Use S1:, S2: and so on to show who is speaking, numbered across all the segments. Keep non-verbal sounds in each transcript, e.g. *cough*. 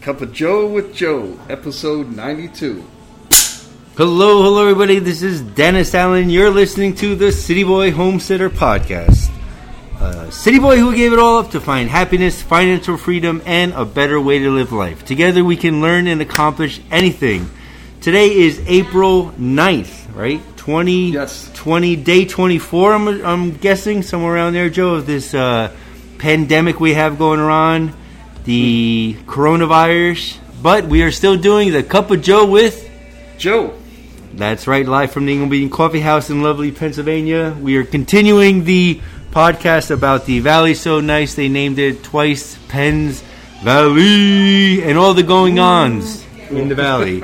S1: Cup of Joe with Joe, episode 92.
S2: Hello, hello, everybody. This is Dennis Allen. You're listening to the City Boy Homesteader podcast. A city boy who gave it all up to find happiness, financial freedom, and a better way to live life. Together, we can learn and accomplish anything. Today is April 9th, right? 20,
S1: Yes.
S2: 20 day 24, I'm, I'm guessing, somewhere around there, Joe, of this uh, pandemic we have going on, the coronavirus. But we are still doing the Cup of Joe with
S1: Joe,
S2: that's right, live from the England Bean Coffee House in lovely Pennsylvania. We are continuing the podcast about the valley so nice they named it twice Penn's Valley and all the going ons in the valley.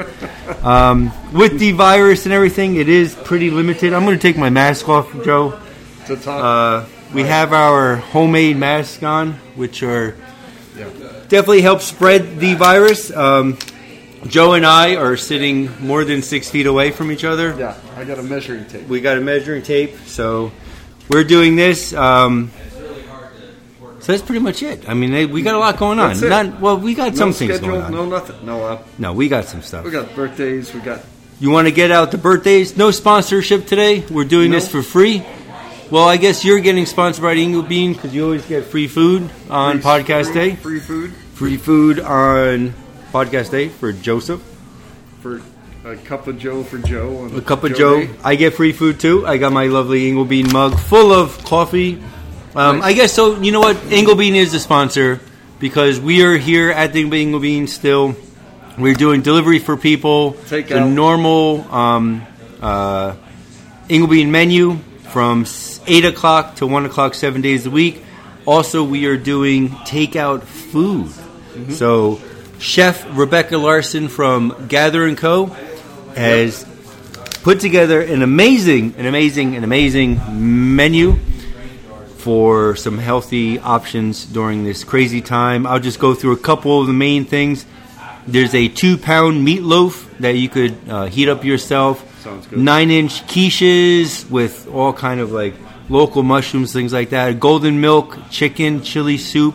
S2: Um, with the virus and everything, it is pretty limited. I'm going to take my mask off, Joe.
S1: to talk.
S2: Uh, we have our homemade masks on, which are
S1: yeah.
S2: definitely help spread the virus. Um, Joe and I are sitting more than six feet away from each other.
S1: yeah, I got a measuring tape.
S2: We got a measuring tape, so we're doing this. Um, so that's pretty much it. I mean, they, we got a lot going on.
S1: That's it.
S2: Not, well, we got
S1: No
S2: some things
S1: schedule,
S2: going on.
S1: no
S2: No.
S1: nothing. No, uh,
S2: we got some stuff.
S1: we got birthdays, we got.
S2: You want to get out the birthdays? No sponsorship today. We're doing this
S1: No.
S2: for free. Well, I guess you're getting sponsored by the Eagle Bean because you always get free food on
S1: free-
S2: podcast
S1: free-
S2: day.
S1: Free food
S2: Free food on podcast day for Joseph.
S1: for a cup of Joe for Joe. And
S2: A cup of Joe.
S1: Day.
S2: I get free food too. I got my lovely Inglebean mug full of coffee. Um, I guess so. You know what? Inglebean is the sponsor because we are here at the Inglebean still. We're doing delivery for people.
S1: Take
S2: the
S1: out.
S2: normal um, uh, Inglebean menu from s- eight o'clock to one o'clock, seven days a week. Also, we are doing takeout food.
S1: Mm-hmm.
S2: So, Chef Rebecca Larson from Gather and Co. has put together an amazing, an amazing, an amazing menu for some healthy options during this crazy time. I'll just go through a couple of the main things. There's a two pound meatloaf that you could uh, heat up yourself.
S1: Sounds good.
S2: Nine inch quiches with all kind of like local mushrooms, things like that. Golden milk, chicken, chili soup,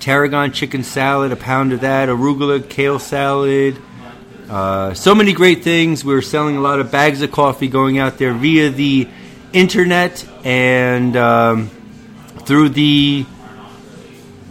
S2: tarragon chicken salad, a pound of that, arugula, kale salad. Uh, so many great things. We're selling a lot of bags of coffee going out there via the internet and um, through the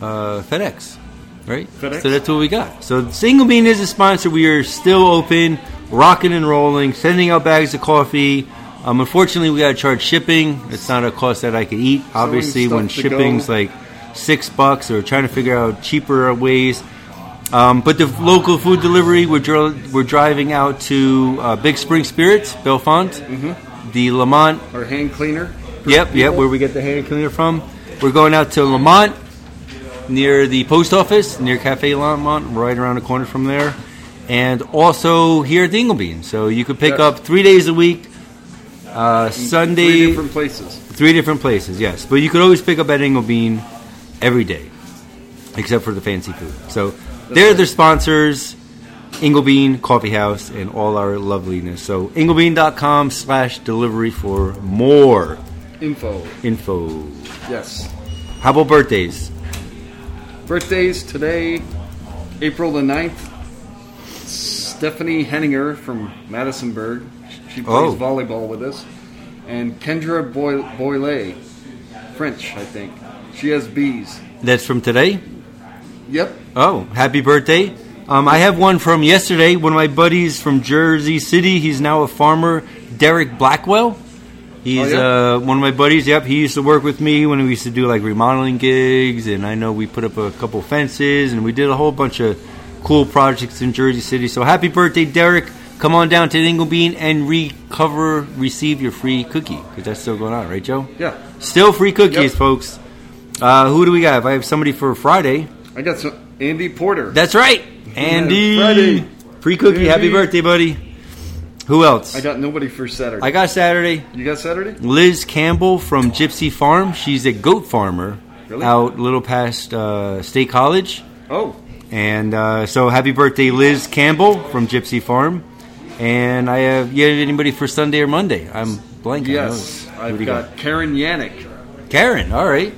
S2: uh, FedEx, right?
S1: FedEx.
S2: So that's what we got. So Single Bean is a sponsor. We are still open, rocking and rolling, sending out bags of coffee. Um, unfortunately, we got to charge shipping. It's not a cost that I could eat. Obviously, when
S1: stuff to go.
S2: shipping's like six bucks, or trying to figure out cheaper ways. Um, but the local food delivery, we're, dri- we're driving out to uh, Big Spring Spirits, Belfont, the Lamont
S1: Our hand cleaner. for
S2: Yep, yep,
S1: Mm-hmm. people.
S2: where we get the hand cleaner from. We're going out to Lamont, near the post office, near Cafe Lamont, right around the corner from there. And also here at the Inglebean. So you could pick
S1: Yeah.
S2: up three days a week, uh,
S1: Three
S2: Sunday,
S1: different places.
S2: three different places, yes. But you could always pick up at Inglebean every day, except for the fancy food. So they're the sponsors, Inglebean Coffee House, and all our loveliness. So inglebean.com slash delivery for more
S1: Info.
S2: info.
S1: Yes.
S2: How about birthdays?
S1: Birthdays today, April the 9th. Stephanie Henninger from Madisonburg. She plays
S2: Oh.
S1: volleyball with us. And Kendra Boy- Boyle, French, I think. She has bees.
S2: That's from today.
S1: Yep.
S2: Oh, happy birthday. Um, I have one from yesterday. One of my buddies from Jersey City. He's now a farmer, Derek Blackwell. He's
S1: Oh, yeah?
S2: uh, one of my buddies. Yep, he used to work with me when we used to do like remodeling gigs, and I know we put up a couple fences, and we did a whole bunch of cool projects in Jersey City. So happy birthday, Derek! Come on down to the Inglebean and recover, receive your free cookie because that's still going on, right, Joe?
S1: Yeah.
S2: Still free cookies,
S1: Yep.
S2: folks. Uh, who do we got? If I have somebody for Friday,
S1: I got some. Andy Porter.
S2: that's right, Andy.
S1: Friday.
S2: Free cookie. Happy
S1: Andy.
S2: birthday, buddy. Who else?
S1: I got nobody for Saturday.
S2: I got Saturday.
S1: you got Saturday?
S2: Liz Campbell from Gypsy Farm. She's a goat farmer
S1: Really?
S2: out little past uh, State College.
S1: Oh,
S2: And uh, so, happy birthday, Liz Campbell from Gypsy Farm. And I have you have anybody for Sunday or Monday? I'm blanking.
S1: yes.
S2: Who do
S1: I've
S2: you
S1: got Karen Yannick.
S2: Karen. All right.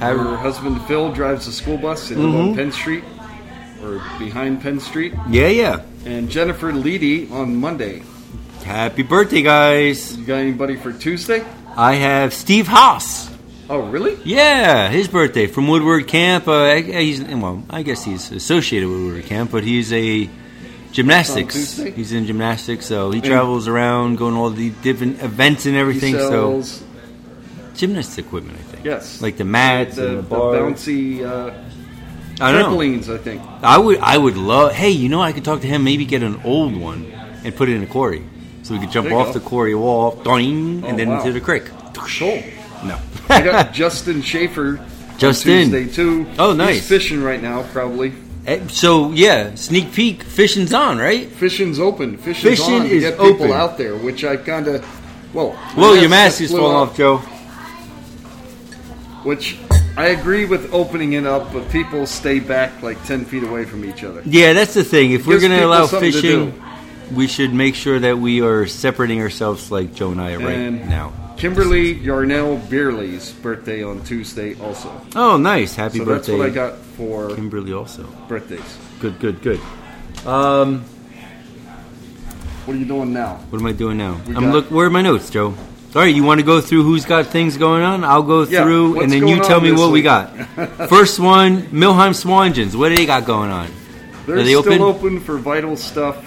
S2: Have- Mm-hmm.
S1: Her husband Phil drives the school bus. They live on Penn Street. or behind Penn Street,
S2: Yeah, yeah.
S1: and Jennifer Leedy on Monday.
S2: Happy birthday, guys.
S1: You got anybody for Tuesday?
S2: I have Steve Haas.
S1: Oh, really?
S2: Yeah, his birthday from Woodward Camp. Uh, I- I- he's well, I guess he's associated with Woodward Camp, but he's a gymnastics.
S1: Tuesday?
S2: He's in gymnastics, so he travels around going to all the different events and
S1: He
S2: everything. So
S1: sells-
S2: gymnastics equipment, I think.
S1: Yes.
S2: like the mats
S1: the,
S2: and the
S1: the
S2: bar.
S1: bouncy uh,
S2: I don't know.
S1: trampolines, I think.
S2: I would, I would love. Hey, you know, I could talk to him. Maybe get an old one and put it in a quarry, so we could jump
S1: There you
S2: off
S1: go.
S2: the quarry wall, doing,
S1: Oh,
S2: and then
S1: wow.
S2: into the creek.
S1: Cool.
S2: No.
S1: I
S2: *laughs*
S1: got Justin Schaefer
S2: Justin.
S1: on Tuesday too.
S2: Oh,
S1: He's
S2: nice.
S1: fishing right now, probably.
S2: Eh, So yeah, sneak peek. Fishing's on, right?
S1: Fishing's open. Fishing's
S2: Fishing
S1: on to
S2: is
S1: get people
S2: open.
S1: out there, which I kind of. Whoa.
S2: Well, your
S1: mask
S2: mask is
S1: flew
S2: falling
S1: off.
S2: off, Joe.
S1: Which I agree with opening it up, but people stay back like 10 feet away from each other.
S2: Yeah, that's the thing. If we're
S1: Gives
S2: going to
S1: people
S2: allow
S1: something to
S2: fishing,
S1: do.
S2: we should make sure that we are separating ourselves like Joe and I are right
S1: And-
S2: now.
S1: Kimberly Yarnell Beerley's birthday on Tuesday also.
S2: Oh, nice. Happy
S1: so that's
S2: birthday.
S1: what I got for
S2: Kimberly also.
S1: birthdays.
S2: Good, good, good. Um,
S1: What are you doing now?
S2: what am I doing now?
S1: We
S2: I'm
S1: got-
S2: look. Where are my notes, Joe? All right, you want to go through who's got things going on? I'll go
S1: Yeah,
S2: through,
S1: what's
S2: and then
S1: going
S2: you tell
S1: on
S2: me
S1: this
S2: what we
S1: week?
S2: got.
S1: *laughs*
S2: First one, Milheim Swangens. What do they got going on?
S1: They're
S2: they
S1: still
S2: open?
S1: open? for vital stuff.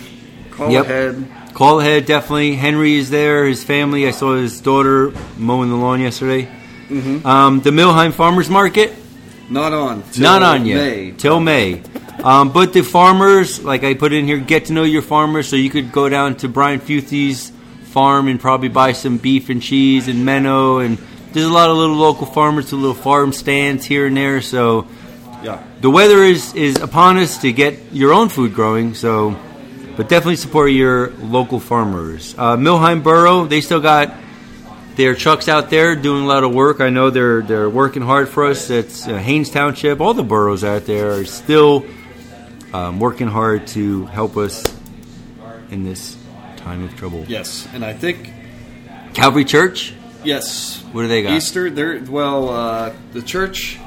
S1: Call
S2: Yep.
S1: ahead.
S2: Call ahead, definitely. Henry is there. His family. I saw his daughter mowing the lawn yesterday. Um, the Milheim Farmers Market,
S1: Not on. Mm-hmm. till
S2: not on yet
S1: May.
S2: till May. Um, but the farmers, like I put in here, get to know your farmers. So you could go down to Brian Futhy's farm and probably buy some beef and cheese and Menno. And there's a lot of little local farmers, to little farm stands here and there. So
S1: Yeah.
S2: the weather is is upon us to get your own food growing. So, but definitely support your local farmers. Uh, Milheim Borough, they still got their trucks out there doing a lot of work. I know they're they're working hard for us. It's uh, Haines Township. All the boroughs out there are still um, working hard to help us in this time of trouble.
S1: Yes, and I think
S2: Calvary Church,
S1: yes.
S2: what do they got?
S1: Easter, there. Well, uh, the church.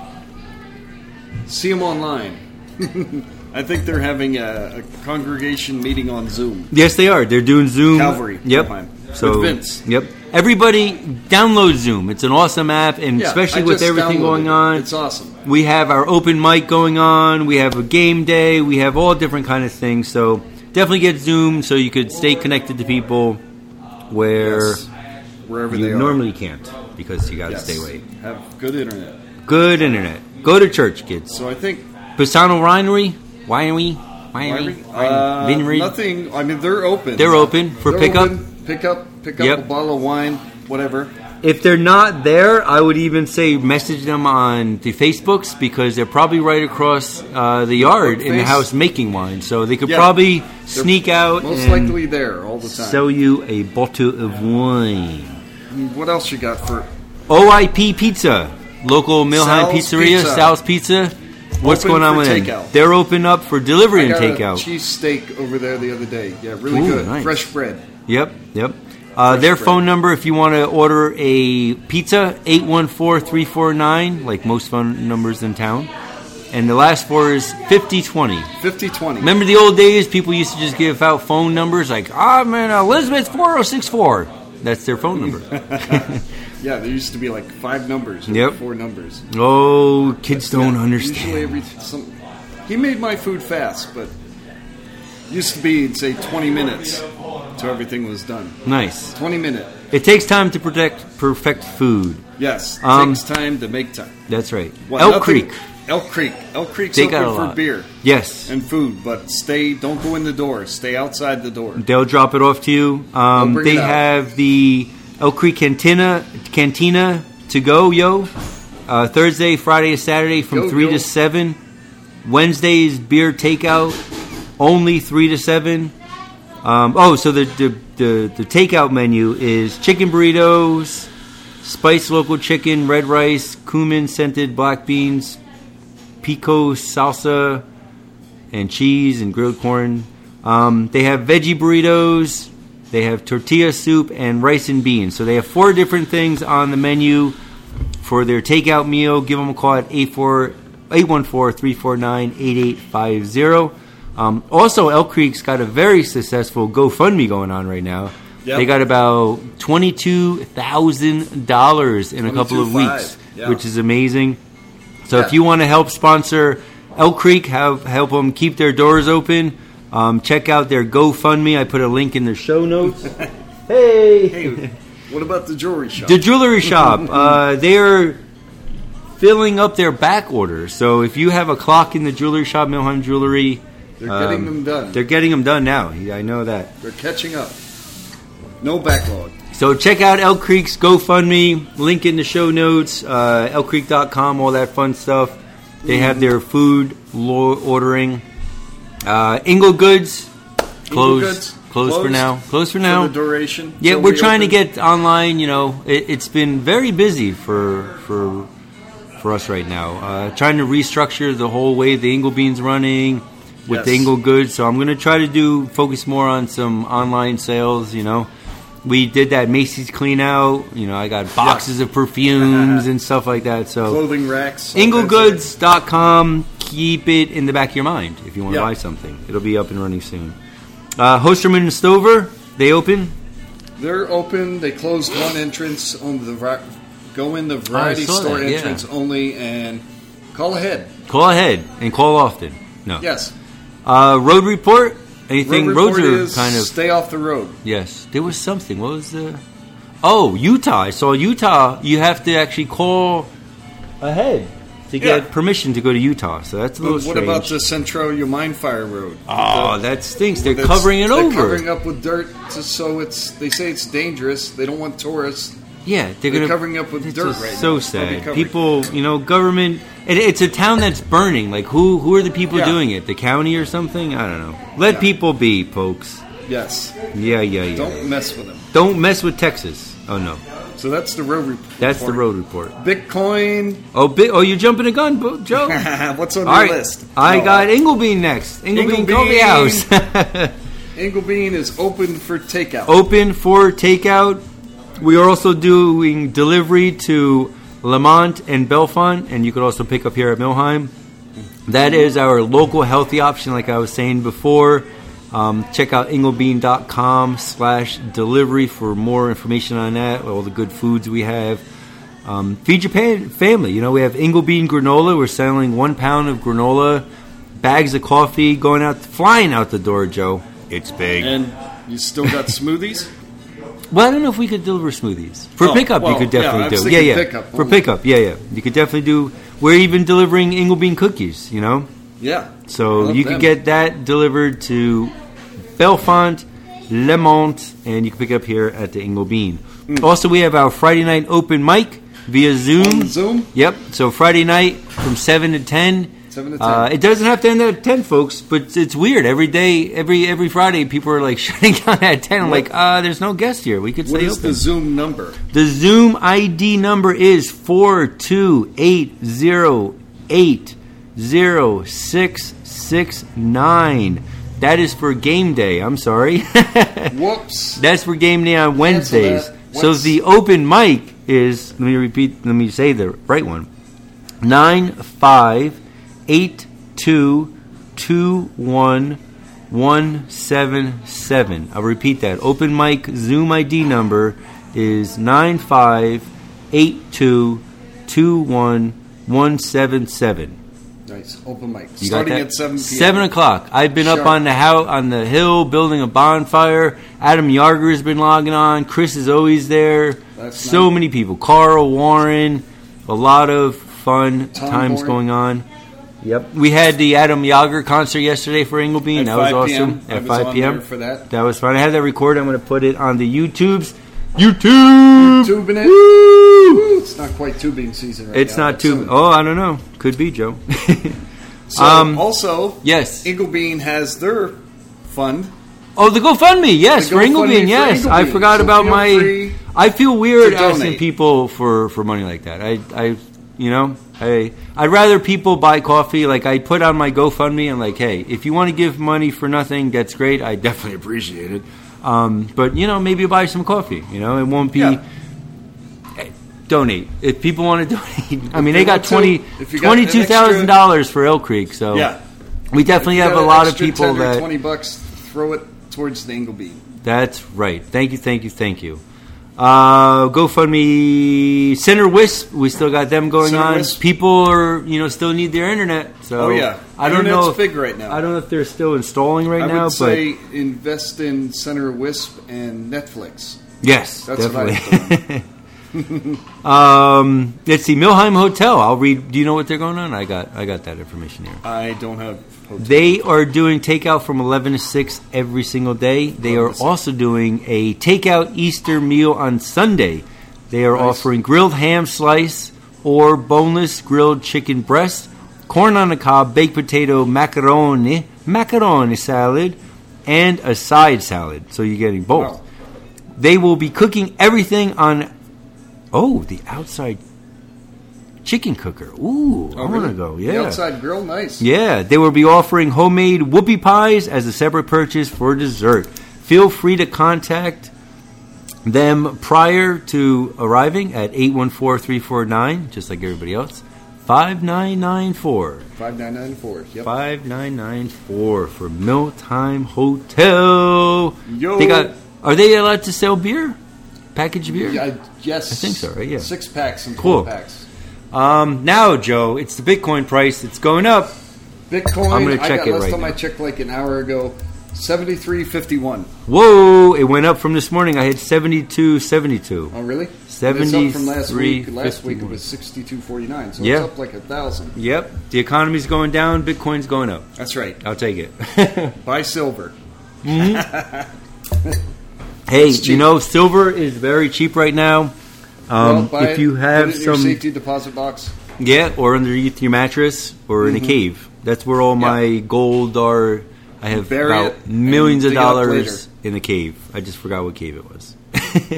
S1: See them online. *laughs* I think they're having a, a congregation meeting on Zoom.
S2: Yes, they are. They're doing Zoom.
S1: Calvary,
S2: Yep.
S1: Anaheim, with
S2: So
S1: Vince.
S2: Yep. Everybody download Zoom. It's an awesome app, and
S1: Yeah,
S2: especially
S1: I
S2: with
S1: just
S2: everything
S1: downloaded
S2: going
S1: it.
S2: on,
S1: it's awesome.
S2: we have our open mic going on. We have a game day. We have all different kind of things. So definitely get Zoom so you could stay connected to people where
S1: Yes. Wherever they
S2: you
S1: are.
S2: normally can't because you got to
S1: Yes.
S2: stay away.
S1: Have good internet.
S2: Good internet. Go to church, kids.
S1: So I think
S2: Pisano Winery, winery, winery,
S1: uh,
S2: winery.
S1: nothing. I mean, they're open.
S2: They're open for
S1: They're
S2: pickup.
S1: open, Pick up. Pick up
S2: Yep.
S1: a bottle of wine. Whatever.
S2: If they're not there, I would even say message them on the Facebooks because they're probably right across uh, the yard in the
S1: Face.
S2: house making wine. So they could
S1: Yeah.
S2: probably sneak out
S1: Most
S2: and
S1: likely there all the time.
S2: sell you a bottle of wine.
S1: Mm, what else you got for
S2: OIP Pizza, local Milheim
S1: Sal's
S2: Pizzeria,
S1: Pizza.
S2: Sal's Pizza. What's
S1: Open
S2: going on
S1: for
S2: with them?
S1: takeout.
S2: They're open up for
S1: I
S2: delivery and
S1: got a
S2: takeout.
S1: cheese steak over there the other day. Yeah, really
S2: Ooh,
S1: good.
S2: nice.
S1: Fresh bread.
S2: Yep, yep. Uh,
S1: Fresh
S2: their
S1: bread.
S2: phone number, if you want to order a pizza, 814-349, like most phone numbers in town. And the last four is 5020.
S1: 50-20.
S2: Remember the old days, people used to just give out phone numbers like, ah, man, Elizabeth 4064. That's their
S1: *laughs*
S2: phone number. *laughs*
S1: yeah, there used to be like five numbers or
S2: Yep.
S1: four numbers.
S2: oh, kids don't
S1: Yeah, Usually
S2: understand.
S1: every some, he made my food fast, but used to be say 20 minutes till everything was done.
S2: Nice.
S1: 20 minute.
S2: It takes time to protect, perfect food.
S1: Yes,
S2: Um,
S1: takes time to make time.
S2: That's right.
S1: What,
S2: Elk
S1: nothing-
S2: Creek.
S1: Elk Creek. Elk Creek's
S2: They
S1: open
S2: got a
S1: for
S2: lot.
S1: beer
S2: Yes.
S1: and food, but stay. Don't go in the door. Stay outside the door.
S2: They'll drop it off to you. Um,
S1: bring
S2: they
S1: it out.
S2: have the Elk Creek Cantina Cantina to go yo uh, Thursday, Friday, and Saturday from
S1: Go,
S2: three
S1: yo.
S2: to seven. Wednesdays beer takeout only three to seven. Um, oh, so the, the the the takeout menu is chicken burritos, spiced local chicken, red rice, cumin scented black beans, pico salsa and cheese and grilled corn. Um, they have veggie burritos. They have tortilla soup and rice and beans. So they have four different things on the menu for their takeout meal. Give them a call at 844 814-349-8850. Um, also, Elk Creek's got a very successful GoFundMe going on right now.
S1: Yep.
S2: They got about $22,000 in a couple of
S1: 22,500,
S2: weeks,
S1: yeah.
S2: which is amazing. So if
S1: Yeah.
S2: you want to help sponsor Elk Creek, have help them keep their doors open. Um, check out their GoFundMe. I put a link in the show notes. hey.
S1: *laughs* Hey, what about the jewelry shop?
S2: The jewelry shop. uh, they're filling up their back order. So if you have a clock in the jewelry shop, Milheim Jewelry,
S1: They're getting
S2: um,
S1: them done.
S2: They're
S1: They're,
S2: getting them done now. Yeah, I know that.
S1: catching up. No backlog.
S2: So check out Elk Creek's GoFundMe. Link in the show notes. Uh, ElkCreek.com. All that fun stuff. They have their food lo- ordering. Uh, Ingle Goods closed.
S1: Goods,
S2: closed. for
S1: closed
S2: now. Closed for
S1: No.
S2: now.
S1: For the duration.
S2: Yeah,
S1: till
S2: we're
S1: we
S2: trying to
S1: open.
S2: get online. You know, it, it's been very busy for for for us right now. Uh, trying to restructure the whole way the Inglebean's running with the
S1: Yes.
S2: Ingle Goods. So I'm going to try to do focus more on some online sales. You know, we did that Macy's clean out. You know, I got boxes of perfumes and stuff like that. So
S1: clothing racks. all that sort of-
S2: inglegoods.com. Keep it in the back of your mind if you want to
S1: Yeah.
S2: buy something. It'll be up and running soon. Uh, Hosterman and Stover, they open.
S1: They're open. They closed one entrance on the var- go in the variety
S2: Oh, saw
S1: store
S2: that, yeah.
S1: entrance only and call ahead.
S2: Call ahead and call often. No.
S1: Yes.
S2: Uh, road report. Anything
S1: Road
S2: roads
S1: report
S2: are
S1: is
S2: kind of
S1: stay off the road.
S2: yes. There was something. What was the? Oh, Utah. I saw Utah. You have to actually call ahead to get
S1: Yeah.
S2: permission to go to Utah. So that's a little
S1: But what
S2: strange.
S1: about the Centralia Mine Fire Road?
S2: Oh, that stinks. They're
S1: That's-
S2: covering it
S1: they're
S2: over.
S1: Covering up with dirt, to, so it's they say it's dangerous. They don't want tourists.
S2: yeah, they're,
S1: They're
S2: gonna
S1: covering up with
S2: it's
S1: dirt
S2: just
S1: right now.
S2: so
S1: They'll be
S2: sad.
S1: covered.
S2: People, you know, government. It, it's a town that's burning. Like who? Who are the people
S1: Yeah.
S2: doing it? The county or something? I don't know. Let
S1: Yeah.
S2: people be, folks.
S1: Yes,
S2: Yeah, yeah, yeah. yeah.
S1: don't mess with them.
S2: Don't mess with Texas. Oh no,
S1: So that's the road report.
S2: that's the road report.
S1: Bitcoin.
S2: Oh, bi- oh, you're jumping a gun, Bo- Joe.
S1: *laughs*
S2: All
S1: What's on
S2: right,
S1: your list?
S2: I
S1: No.
S2: got Inglebean next. Inglebean
S1: Inglebean.
S2: Coffee *laughs* House
S1: Inglebean is open for takeout.
S2: open for takeout. We are also doing delivery to Lamont and Belfont, and you could also pick up here at Milheim. That is our local healthy option, like I was saying before. Um, check out inglebean.com slash delivery for more information on that, all the good foods we have. Um, feed your pa- family. You know, we have Inglebean granola. We're selling one pound of granola, bags of coffee, going out, flying out the door, Joe. It's big.
S1: And you still got smoothies?
S2: Well, I don't know if we could deliver smoothies for
S1: Oh,
S2: pickup.
S1: well,
S2: you could
S1: yeah, I
S2: definitely
S1: was
S2: do, yeah,
S1: thinking
S2: yeah.
S1: pickup
S2: for
S1: only.
S2: pickup, yeah, yeah. You could definitely do. We're even delivering Inglebean cookies. You know,
S1: Yeah. I
S2: so
S1: love
S2: you could
S1: them.
S2: get that delivered to Belfont, Lemont, and you can pick it up here at the Inglebean.
S1: Mm.
S2: Also, we have our Friday night open mic via Zoom.
S1: On Zoom?
S2: Yep. So Friday night from seven to ten.
S1: 7 to 10.
S2: Uh, it doesn't have to end at ten, folks. But it's weird. Every day, every every Friday, people are like *laughs* shutting down at ten. I'm like, uh, there's no guest here. We could
S1: what
S2: stay
S1: is
S2: open.
S1: the Zoom number?
S2: The Zoom ID number is four two eight zero eight zero six six nine. That is for game day. I'm sorry. *laughs*
S1: Whoops.
S2: That's for game day on Wednesdays.
S1: that.
S2: So
S1: Once-
S2: the open mic is let me repeat let me say the right one. Nine five eight two two one one seven seven. I'll repeat that. Open mic Zoom ID number is nine five eight two two one one seven seven.
S1: Nice. Open mic.
S2: You got
S1: Starting
S2: that?
S1: at 7 p.m.
S2: Seven o'clock. I've been up
S1: Sharp.
S2: on the how on the hill building a bonfire. Adam Yarger has been logging on. Chris is always there.
S1: That's
S2: so
S1: nice.
S2: many people. Carl Warren. A lot of fun
S1: Tom
S2: times
S1: Warren.
S2: going on. Yep. We had the Adam Yager concert yesterday for Inglebean.
S1: At
S2: that was
S1: 5 p.m.
S2: awesome.
S1: I
S2: At
S1: was
S2: five
S1: on
S2: p.m.
S1: there for that.
S2: That was fun. I had that recorded. I'm going to put it on the YouTube's YouTube.
S1: Tubing it.
S2: Woo!
S1: Woo! It's not quite tubing season right
S2: It's
S1: now.
S2: not too.
S1: soon.
S2: Oh, I don't know. Could be Joe. *laughs*
S1: So
S2: um,
S1: also,
S2: yes.
S1: Inglebean has their fund.
S2: Oh, the GoFundMe, yes,
S1: The
S2: for
S1: GoFundMe
S2: Inglebean,
S1: for
S2: yes. I
S1: Inglebean.
S2: forgot
S1: So
S2: about
S1: feel
S2: my.
S1: free
S2: I feel weird
S1: to
S2: asking
S1: donate.
S2: people for for money like that. I, I, you know, I, I'd rather people buy coffee. Like I put on my GoFundMe and like, hey, if you want to give money for nothing, that's great. I definitely *laughs* appreciate it. Um, but you know, maybe buy some coffee. You know, it won't be.
S1: Yeah.
S2: donate if people want to *laughs* donate. I mean, they got
S1: want to,
S2: 20
S1: if you got an extra-
S2: $22,000 for Elk Creek, so
S1: Yeah.
S2: Oh. we definitely
S1: You
S2: have
S1: got
S2: a
S1: an
S2: lot of
S1: extra
S2: people
S1: 10 or
S2: that.
S1: twenty bucks. Throw it towards the Ingleby.
S2: That's right. Thank you, thank you, thank you. Uh, GoFundMe, Center Wisp, we still got them going
S1: Center
S2: on.
S1: Wisp.
S2: People are, you know, still need their internet.
S1: Oh,
S2: So
S1: yeah.
S2: I don't
S1: Internet's
S2: know. If,
S1: big right now.
S2: I don't know if they're still installing right
S1: I
S2: now,
S1: would say invest in Center Wisp and Netflix.
S2: but yes,
S1: That's what I
S2: definitely. *laughs* um, let's see, Milheim Hotel. I'll read. Do you know what they're going on? I got, I got that information here.
S1: I don't have. Hotel.
S2: They are doing takeout from 11 to 6 every single day. They are
S1: 11 to 6.
S2: also doing a takeout Easter meal on Sunday. They are
S1: Nice.
S2: offering grilled ham slice or boneless grilled chicken breast, corn on the cob, baked potato, macaroni, macaroni salad, and a side salad. So you're getting both.
S1: Wow.
S2: They will be cooking everything on oh, the outside chicken cooker. Ooh,
S1: Oh,
S2: I want to
S1: really?
S2: go.
S1: The
S2: Yeah.
S1: outside grill, nice.
S2: Yeah, they will be offering homemade whoopie pies as a separate purchase for dessert. Feel free to contact them prior to arriving at 814-349, just like everybody else. 5994.
S1: Five nine nine four. Yep.
S2: 5994 for Milltime Hotel.
S1: Yo.
S2: They got Are they allowed to sell beer? Packaged beer?
S1: Yeah, I- yes.
S2: I think so, right? Yeah.
S1: Six packs and
S2: Cool.
S1: four packs.
S2: Um now Joe, it's the Bitcoin price. It's going up.
S1: Bitcoin.
S2: I'm gonna
S1: I
S2: check
S1: got
S2: it
S1: last
S2: right
S1: time I
S2: now.
S1: checked like an hour ago. Seventy three fifty one.
S2: Whoa, it went up from this morning. I had 7272.
S1: Oh really? And it's up from last week.
S2: 73.51.
S1: Last week it was sixty two forty nine. So
S2: Yeah.
S1: it's up like a thousand.
S2: Yep. The economy's going down, Bitcoin's going up.
S1: That's right.
S2: I'll take
S1: *laughs*
S2: it.
S1: Buy silver.
S2: hey,
S1: It's
S2: you
S1: cheap.
S2: know, silver is very cheap right now.
S1: Well,
S2: Um,
S1: buy
S2: if
S1: it,
S2: you have
S1: put it in your
S2: some,
S1: safety deposit box.
S2: yeah, or underneath your mattress or in a
S1: Mm-hmm.
S2: cave. That's where all my gold are. I have
S1: Bury it
S2: about
S1: and
S2: millions of
S1: dig it up
S2: dollars in a cave. I just forgot what cave it was. *laughs*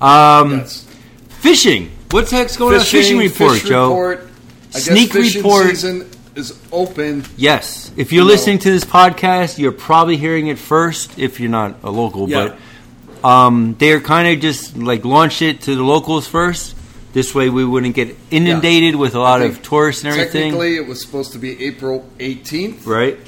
S2: um,
S1: Yes.
S2: Fishing. What the heck's going on? Fishing report,
S1: fish
S2: Joe.
S1: report. I guess
S2: Sneak
S1: fishing
S2: report.
S1: season is open.
S2: Yes. If you're
S1: No.
S2: listening to this podcast, you're probably hearing it first if you're not a local,
S1: Yeah.
S2: but um, they're kind of just like launched it to the locals first. This way we wouldn't get inundated with a lot
S1: I
S2: of
S1: think
S2: tourists and everything.
S1: Technically, it was supposed to be April 18th,
S2: Right?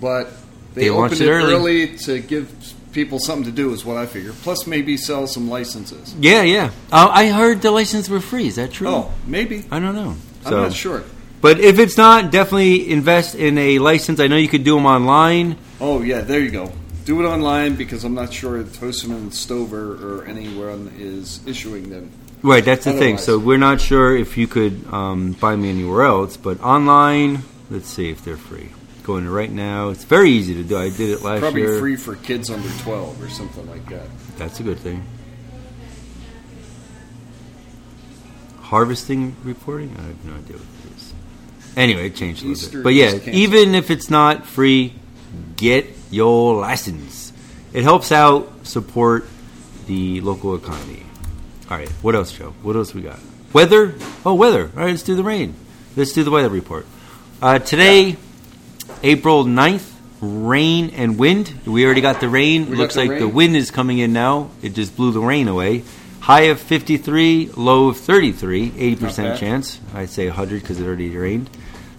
S1: but they,
S2: They
S1: opened
S2: launched
S1: it
S2: it early.
S1: early. to give people something to do, is what I figure. Plus, maybe sell some licenses.
S2: Yeah, yeah. Uh, I heard the licenses were free. Is that true?
S1: Oh, maybe.
S2: I don't know.
S1: I'm not sure.
S2: But if it's not, definitely invest in a license. I know you could do them online.
S1: Oh, yeah, there you go. Do it online because I'm not sure if Hoseman, Stover, or anyone is issuing them.
S2: Right, that's the thing.
S1: Otherwise.
S2: So we're not sure if you could um, find me anywhere else, but online, let's see if they're free. Going to right now. It's very easy to do. I did it last
S1: Probably
S2: year.
S1: free for kids under 12 or something like that.
S2: That's a good thing. Harvesting reporting? I have no idea what it is. Anyway, it changed a little
S1: Easter
S2: bit. But yeah,
S1: just canceled.
S2: even if it's not free, get your license. It helps out support the local economy. All right, what else, Joe? What else we got? Weather? Oh, weather. All right, let's do the rain. Let's do the weather report. Uh, today, April 9th, rain and wind. We already got the rain.
S1: We got
S2: Looks
S1: the
S2: like the
S1: rain.
S2: wind is coming in now. It just blew the rain away. High of 53, low of 33,
S1: Not
S2: 80%
S1: bad.
S2: chance. I'd say 100 because it already rained.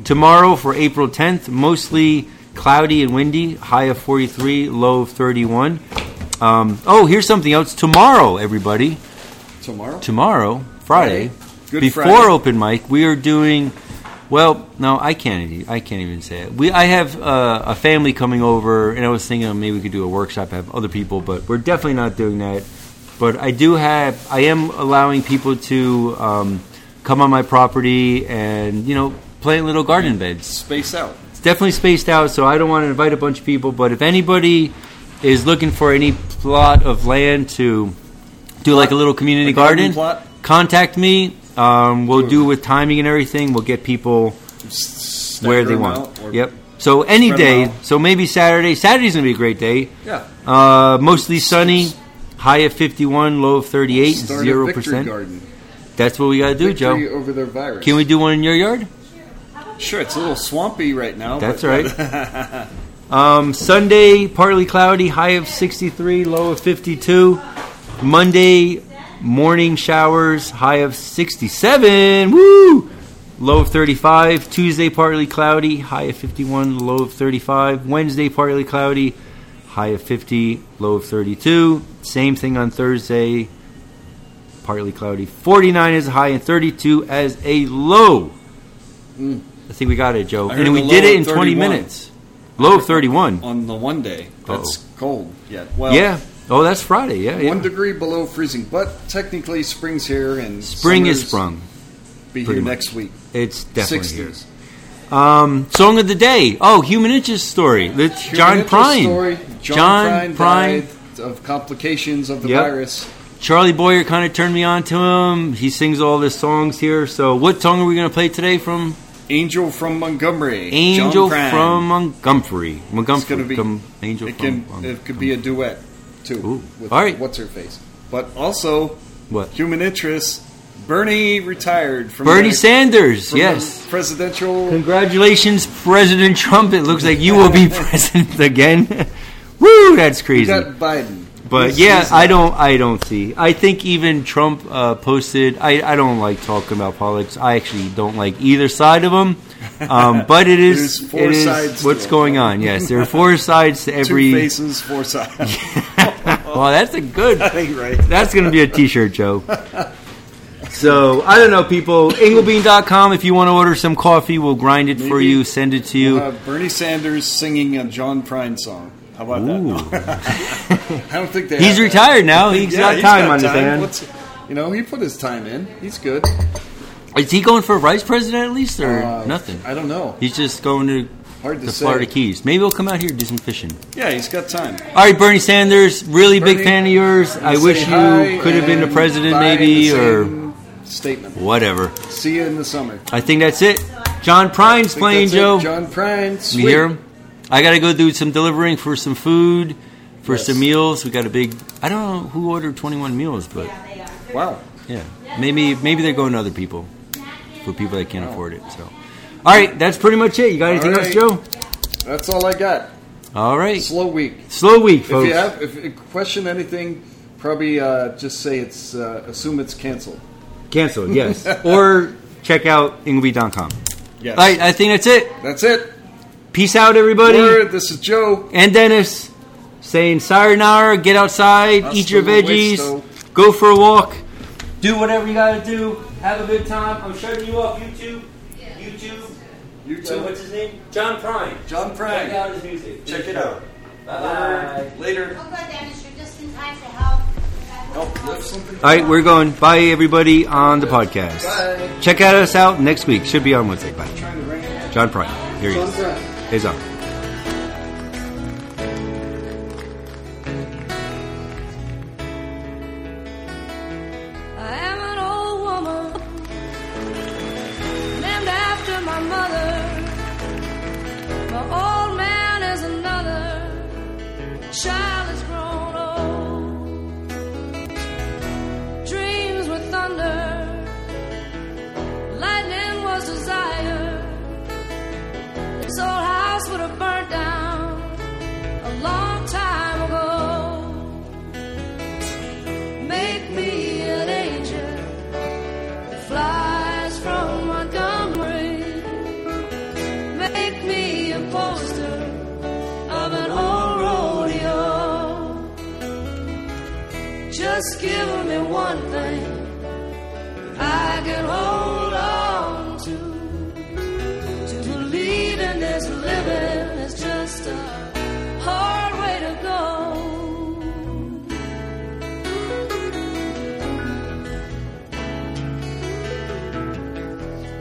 S2: Tomorrow for April 10th, mostly cloudy and windy. High of 43, low of 31. Um, oh, here's something else. Tomorrow, everybody
S1: Tomorrow?
S2: tomorrow, Friday,
S1: Good
S2: before
S1: Friday.
S2: open mic, we are doing. Well, no, I can't. e- I can't even say it. We, I have uh, a family coming over, and I was thinking maybe we could do a workshop, have other people, but we're definitely not doing that. But I do have. I am allowing people to um, come on my property and you know plant little garden beds
S1: Space out.
S2: it's definitely spaced out, so I don't want to invite a bunch of people. But if anybody is looking for any plot of land to do like a little community
S1: A garden
S2: garden,
S1: plot?
S2: contact me. Um, we'll do with timing and everything. We'll get people
S1: S-
S2: where
S1: stagger
S2: they
S1: them
S2: want.
S1: out or-
S2: Yep. So any
S1: spread 'em
S2: day. So maybe Saturday. Saturday's gonna be a great day.
S1: Yeah.
S2: Uh, mostly sunny. High of 51, low of 38,
S1: Start a
S2: zero
S1: victory
S2: percent.
S1: Garden.
S2: That's what we gotta do,
S1: victory
S2: Joe.
S1: over their virus.
S2: Can we do one in your yard?
S1: Sure, it's a little swampy right now.
S2: That's
S1: but- *laughs*
S2: Um, Sunday, partly cloudy, high of 63, low of 52. Monday, Morning showers, high of 67. Woo! Low of 35. Tuesday, partly cloudy, high of 51, low of 35. Wednesday, partly cloudy, high of 50, low of 32. Same thing on Thursday, partly cloudy. 49 is a high and 32 as a low. I think we got it, Joe.
S1: Mm. I heard
S2: And we
S1: the
S2: did
S1: low
S2: it
S1: of
S2: in 20
S1: 31.
S2: minutes. Low of 31.
S1: on the one day. That's cold yet. Well,
S2: Yeah. Oh, that's Friday. Yeah. yeah.
S1: one degree below freezing, but technically spring's here and
S2: Spring
S1: summer's
S2: is sprung.
S1: Be here
S2: pretty much.
S1: next week.
S2: It's definitely here.
S1: Sixties.
S2: Um, song of the day. Oh, Human Inches story. It's John Prine.
S1: Story. John,
S2: John
S1: Prine,
S2: Prine.
S1: died of complications of the
S2: Yep.
S1: virus.
S2: Charlie Boyer kind of turned me on to him. He sings all his songs here. So, what song are we going to play today from
S1: Angel from Montgomery.
S2: Angel
S1: John Prine.
S2: from Montgomery? Montgomery.
S1: gonna be-
S2: Gum- Angel
S1: It
S2: from
S1: can it could be a duet too
S2: Ooh.
S1: with
S2: All right.
S1: what's her face. But also
S2: What?
S1: human interest. Bernie retired from
S2: Bernie
S1: the-
S2: Sanders.
S1: from the
S2: Yes.
S1: presidential.
S2: Congratulations, President Trump. It looks like you will be *laughs* president again. Woo, that's
S1: We
S2: crazy.
S1: got Biden.
S2: But
S1: He's-
S2: yeah,
S1: he's-
S2: I don't. I don't see. I think even Trump uh, posted. I, I don't like talking about politics. I actually don't like either side of them.
S1: *laughs*
S2: Um, but it is.
S1: There's four
S2: it is
S1: sides to
S2: what's
S1: it.
S2: going on? Yes,
S1: *laughs*
S2: there are four sides to every.
S1: two faces, four sides.
S2: *laughs*
S1: *laughs*
S2: Well, that's a good.
S1: I think right.
S2: That's going to be a
S1: *laughs*
S2: T-shirt, Joe. So I don't know, people. Inglebean.com. If you want to order some coffee, we'll grind it for
S1: Maybe.
S2: you. Send it to you.
S1: Uh, Bernie Sanders singing a John Prine song. How about
S2: Ooh.
S1: that? *laughs* I don't think they. have
S2: He's
S1: that.
S2: retired now. He's
S1: Yeah,
S2: got
S1: he's
S2: time
S1: got
S2: on his hand.
S1: What's- you know, he put his time in. He's good.
S2: Is he going for vice president at least, or
S1: Uh,
S2: nothing?
S1: I don't know.
S2: He's just going to
S1: Hard to
S2: the
S1: say.
S2: Florida Keys. Maybe we'll come out here and do some fishing.
S1: Yeah, he's got time.
S2: All right, Bernie Sanders, really
S1: Bernie,
S2: big fan of yours. I
S1: Say
S2: wish you
S1: hi
S2: could have been the
S1: and
S2: president,
S1: bye in
S2: maybe,
S1: the
S2: or
S1: same statement.
S2: whatever.
S1: See you in the summer. I
S2: I think that's it. John Prine's
S1: think
S2: playing,
S1: that's it.
S2: Joe.
S1: John Prine.
S2: you
S1: Sweet.
S2: hear him? I got to go do some delivering for some food, for
S1: Yes.
S2: some meals. We got a big. I don't know who ordered 21 meals, but
S1: Wow.
S2: yeah, maybe maybe they're going to other people for people that can't afford it. So, all right, that's pretty much it. You got anything
S1: Oh. All
S2: else, Joe?
S1: right. That's all I got.
S2: All right,
S1: Slow week.
S2: slow week,
S1: If
S2: folks.
S1: you have, if you question anything, probably uh, just say it's, uh, assume it's canceled.
S2: Canceled, yes. *laughs* or check out ingleby.com.
S1: Yes.
S2: All right, I think that's it.
S1: That's it.
S2: Peace out, everybody.
S1: Word, this is Joe.
S2: And Dennis saying sayonara, get outside, eat
S1: Hasta
S2: your
S1: luego.
S2: veggies, go for a walk, do whatever you got to do. Have a good time. I'm shutting you off, YouTube. YouTube.
S1: You
S2: So what's his name? John Prine.
S1: John
S2: Check
S1: Prang.
S2: out his music.
S1: Check it out.
S2: Bye.
S1: Later.
S3: Oh, good, Dennis, you're just in time to help.
S1: Help lift something.
S2: All right, we're going. Bye, everybody, on the podcast.
S1: Bye.
S2: Check out us out next week. Should be on Wednesday. Bye.
S1: Trying to ring it.
S2: John Prine. Here he
S1: John
S2: is.
S1: Prang.
S2: He's up.
S4: I am an old woman named after my mother. My old man is another child is grown old. Dreams were thunder, lightning was desire. This old house would have burnt down a long time ago. Make me an angel that flies from Montgomery. Make me a poster of an old rodeo. Just give me one thing I can hold on to. To believe in this living is just a hard way to go.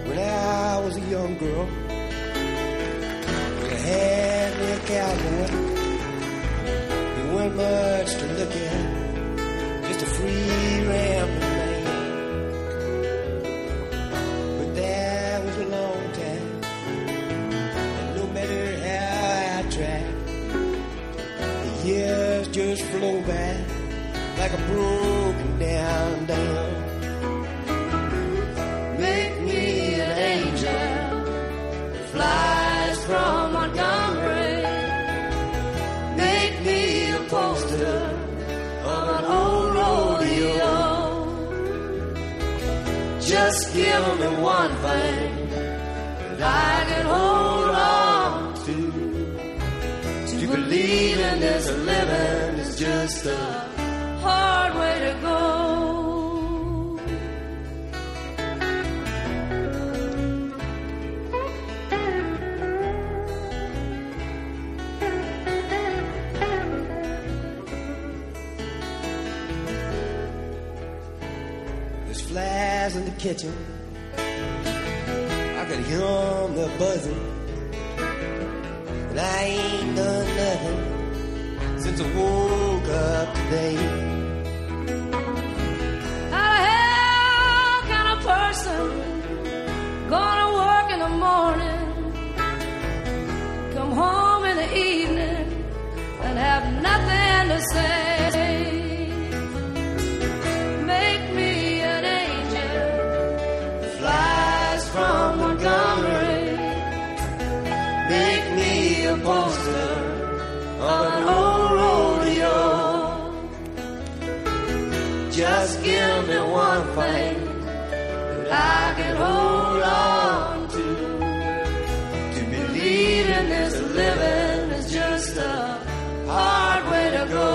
S5: When I was a young girl, I had me a cowboy. We weren't much to look at, just a free rambling man. But that was a long time, and no matter how I tried, the years just flow by like a broken down dam.
S4: Make me an angel that flies from Montgomery. Make me a poster of an old rodeo. Just give me one thing that I can hold on to. To believe in this living is just a hard way to go.
S5: There's flies in the kitchen. I could hear 'em they're buzzing. And I ain't done nothing since I woke up today.
S4: How the hell can a person go to work in the morning, come home in the evening, and have nothing to say? Make me an angel that flies from Montgomery. Make me a poster of an old rodeo. Just give me one thing that I can hold on to. To believe in this living is just a hard way to go.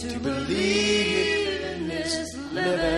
S4: To believe in this living.